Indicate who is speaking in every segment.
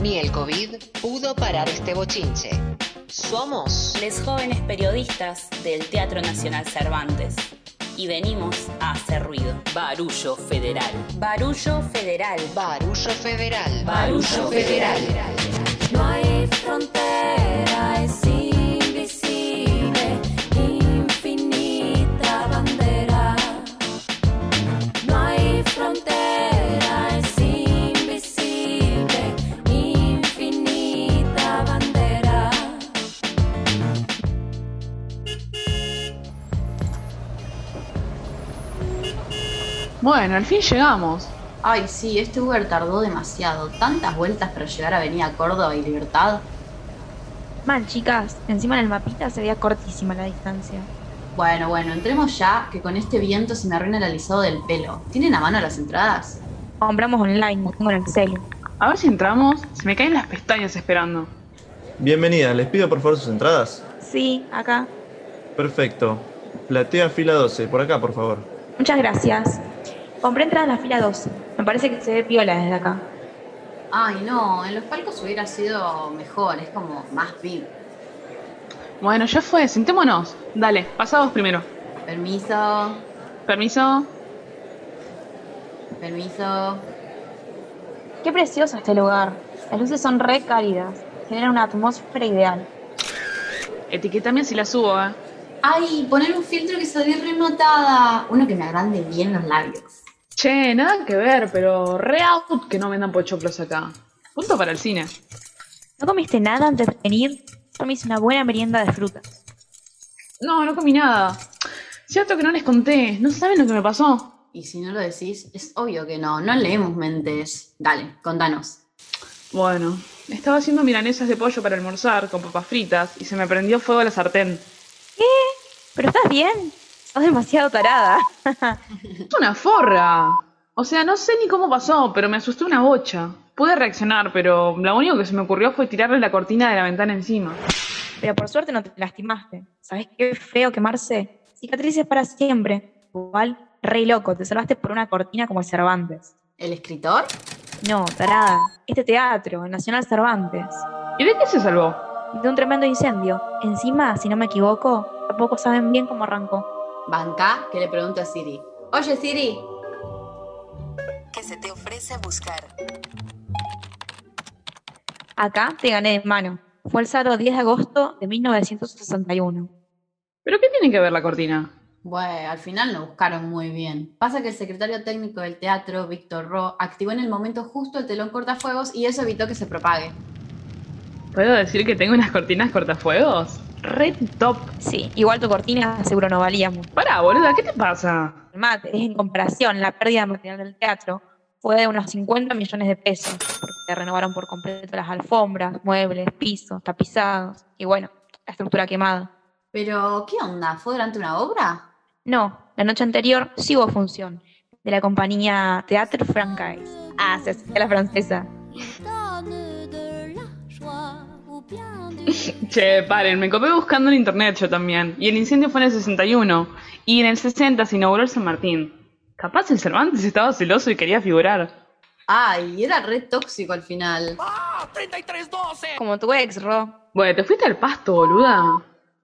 Speaker 1: Ni el COVID pudo parar este bochinche. Somos
Speaker 2: Les jóvenes periodistas del Teatro Nacional Cervantes. Y venimos a hacer ruido.
Speaker 3: Barullo Federal.
Speaker 2: Barullo Federal.
Speaker 1: Barullo Federal.
Speaker 2: Barullo Federal.
Speaker 4: No hay frontera, es invisible, infinita bandera. No hay frontera, es invisible, infinita bandera.
Speaker 5: Bueno, al fin llegamos.
Speaker 2: Ay, sí, este Uber tardó demasiado. Tantas vueltas para llegar a Avenida Córdoba y Libertad.
Speaker 6: Mal, chicas, encima en el mapita se veía cortísima la distancia.
Speaker 2: Bueno, bueno, entremos ya, que con este viento se me arruina el alisado del pelo. ¿Tienen a mano las entradas?
Speaker 6: Compramos online, lo tengo en el celu.
Speaker 5: A ver si entramos. Se me caen las pestañas esperando.
Speaker 7: Bienvenida, les pido por favor sus entradas.
Speaker 6: Sí, acá.
Speaker 7: Perfecto. Platea fila 12, por acá por favor.
Speaker 6: Muchas gracias. Compré entradas en la fila 12. Me parece que se ve piola desde acá.
Speaker 2: Ay, no, en los palcos hubiera sido mejor, es como más VIP.
Speaker 5: Bueno, ya fue, sentémonos. Dale, pasa vos primero.
Speaker 2: Permiso,
Speaker 5: Permiso.
Speaker 2: permiso.
Speaker 6: Qué precioso este lugar. Las luces son re cálidas. Generan una atmósfera ideal.
Speaker 5: Etiquetame si la subo, ¿eh?
Speaker 2: Ay, poner un filtro que salí renotada. Uno que me agrande bien los labios.
Speaker 5: Che, nada que ver, pero re out que no vendan pochoclos acá. Punto para el cine.
Speaker 6: ¿No comiste nada antes de venir? Yo me hice una buena merienda de frutas.
Speaker 5: No, no comí nada. Cierto que no les conté. No saben lo que me pasó.
Speaker 2: Y si no lo decís, es obvio que no, no leemos mentes. Dale, contanos.
Speaker 5: Bueno, estaba haciendo milanesas de pollo para almorzar con papas fritas y se me prendió fuego la sartén.
Speaker 6: ¿Pero estás bien? Estás demasiado tarada.
Speaker 5: Es una forra. O sea, no sé ni cómo pasó, pero me asustó una bocha. Pude reaccionar, pero lo único que se me ocurrió fue tirarle la cortina de la ventana encima.
Speaker 6: Pero por suerte no te lastimaste. ¿Sabes qué feo quemarse? Cicatrices para siempre. Igual, re loco, te salvaste por una cortina como el Cervantes.
Speaker 2: ¿El escritor?
Speaker 6: No, tarada. Este teatro, el Nacional Cervantes.
Speaker 5: ¿Y de qué se salvó?
Speaker 6: De un tremendo incendio. Encima, si no me equivoco, tampoco saben bien cómo arrancó.
Speaker 2: Banca, que le pregunto a Siri. Oye, Siri.
Speaker 1: Que se te ofrece buscar.
Speaker 6: Acá te gané de mano. Fue el sábado 10 de agosto de 1961.
Speaker 5: ¿Pero qué tiene que ver la cortina?
Speaker 2: Bueno, al final lo buscaron muy bien. Pasa que el secretario técnico del teatro, Víctor Ro, activó en el momento justo el telón cortafuegos y eso evitó que se propague.
Speaker 5: ¿Puedo decir que tengo unas cortinas cortafuegos? Red top.
Speaker 6: Sí, igual tu cortina seguro no valía mucho.
Speaker 5: Pará, boluda, ¿qué te pasa?
Speaker 6: El mate, es en comparación, la pérdida de material del teatro fue de unos 50 millones de pesos, porque se renovaron por completo las alfombras, muebles, pisos, tapizados y bueno, la estructura quemada.
Speaker 2: Pero, ¿qué onda? ¿Fue durante una obra?
Speaker 6: No, la noche anterior sí hubo función de la compañía Théâtre Francais. Ah, se hacía la francesa.
Speaker 4: Donne de la joie ou bien du
Speaker 5: Che, paren, me copé buscando en internet yo también. Y el incendio fue en el 61. Y en el 60 se inauguró el San Martín. Capaz el Cervantes estaba celoso y quería figurar.
Speaker 2: Ay, era re tóxico al final.
Speaker 6: Como tu ex, Ro.
Speaker 5: Bueno, te fuiste al pasto, boluda.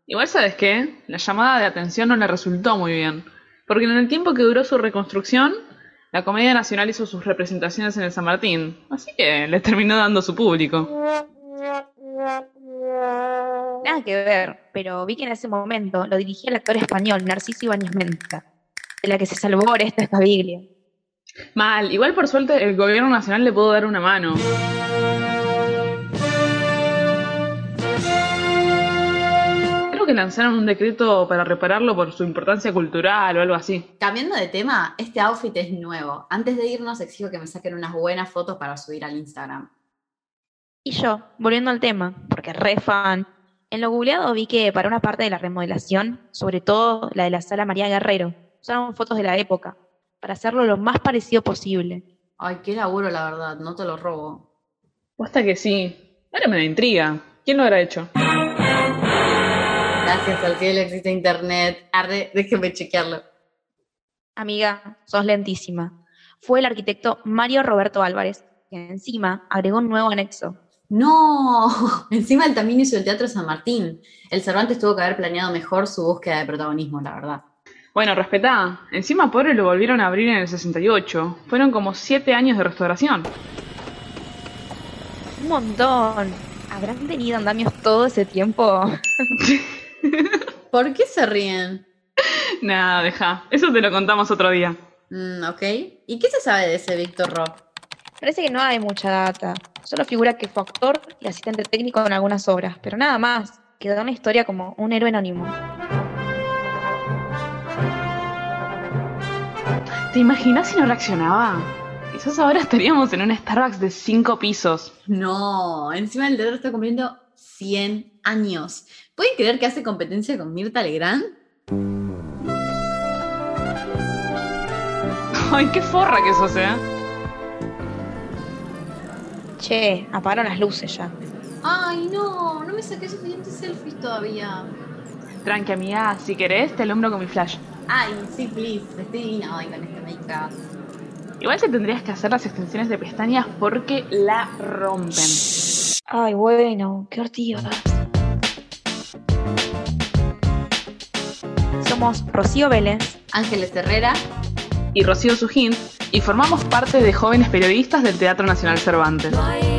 Speaker 5: Igual sabes qué, la llamada de atención no le resultó muy bien, porque en el tiempo que duró su reconstrucción, la Comedia Nacional hizo sus representaciones en el San Martín, así que les terminó dando su público.
Speaker 6: Nada que ver, pero vi que en ese momento lo dirigía el actor español Narciso Ibáñez Menta, de la que se salvó Oresta Caviglia.
Speaker 5: Mal, igual por suerte el gobierno nacional le pudo dar una mano. Creo que lanzaron un decreto para repararlo por su importancia cultural o algo así.
Speaker 2: Cambiando de tema, este outfit es nuevo. Antes de irnos, exijo que me saquen unas buenas fotos para subir al Instagram.
Speaker 6: Y yo, volviendo al tema, porque re fan, en lo googleado vi que para una parte de la remodelación, sobre todo la de la sala María Guerrero, usaron fotos de la época, para hacerlo lo más parecido posible.
Speaker 2: Ay, qué laburo, la verdad, no te lo robo.
Speaker 5: Posta que sí. Ahora me da intriga. ¿Quién lo habrá hecho?
Speaker 2: Gracias al cielo existe internet. Arre, déjeme chequearlo.
Speaker 6: Amiga, sos lentísima. Fue el arquitecto Mario Roberto Álvarez, que encima agregó un nuevo anexo,
Speaker 2: No, encima el también hizo el Teatro San Martín. El Cervantes tuvo que haber planeado mejor su búsqueda de protagonismo, la verdad.
Speaker 5: Bueno, respetá. Encima pobre lo volvieron a abrir en el 68. Fueron como 7 años de restauración.
Speaker 6: Un montón. ¿Habrán tenido andamios todo ese tiempo?
Speaker 2: ¿Por qué se ríen?
Speaker 5: Nada, deja. Eso te lo contamos otro día.
Speaker 2: Mm, ok. ¿Y qué se sabe de ese Víctor Ro?
Speaker 6: Parece que no hay mucha data. Solo figura que fue actor y asistente técnico en algunas obras, pero nada más. Quedó en la historia como un héroe anónimo.
Speaker 5: ¿Te imaginas si no reaccionaba? Quizás ahora estaríamos en un Starbucks de 5 pisos.
Speaker 2: No, encima el teatro está cumpliendo 100 años. ¿Pueden creer que hace competencia con Mirta Legrand?
Speaker 5: Ay, qué forra que sos, eh.
Speaker 6: Che, apagaron las luces ya.
Speaker 2: Ay, no, no me saqué suficientes selfies todavía.
Speaker 5: Tranqui, amiga. Si querés, te alumbro con mi flash.
Speaker 2: Ay, sí, please, estoy divina hoy con este make-up.
Speaker 5: Igual te tendrías que hacer las extensiones de pestañas porque la rompen.
Speaker 6: Ay, bueno, qué ortiga. Somos Rocío Vélez.
Speaker 2: Ángeles Herrera,
Speaker 5: Y Rocío Sujín y formamos parte de Jóvenes Periodistas del Teatro Nacional Cervantes.
Speaker 4: Noyé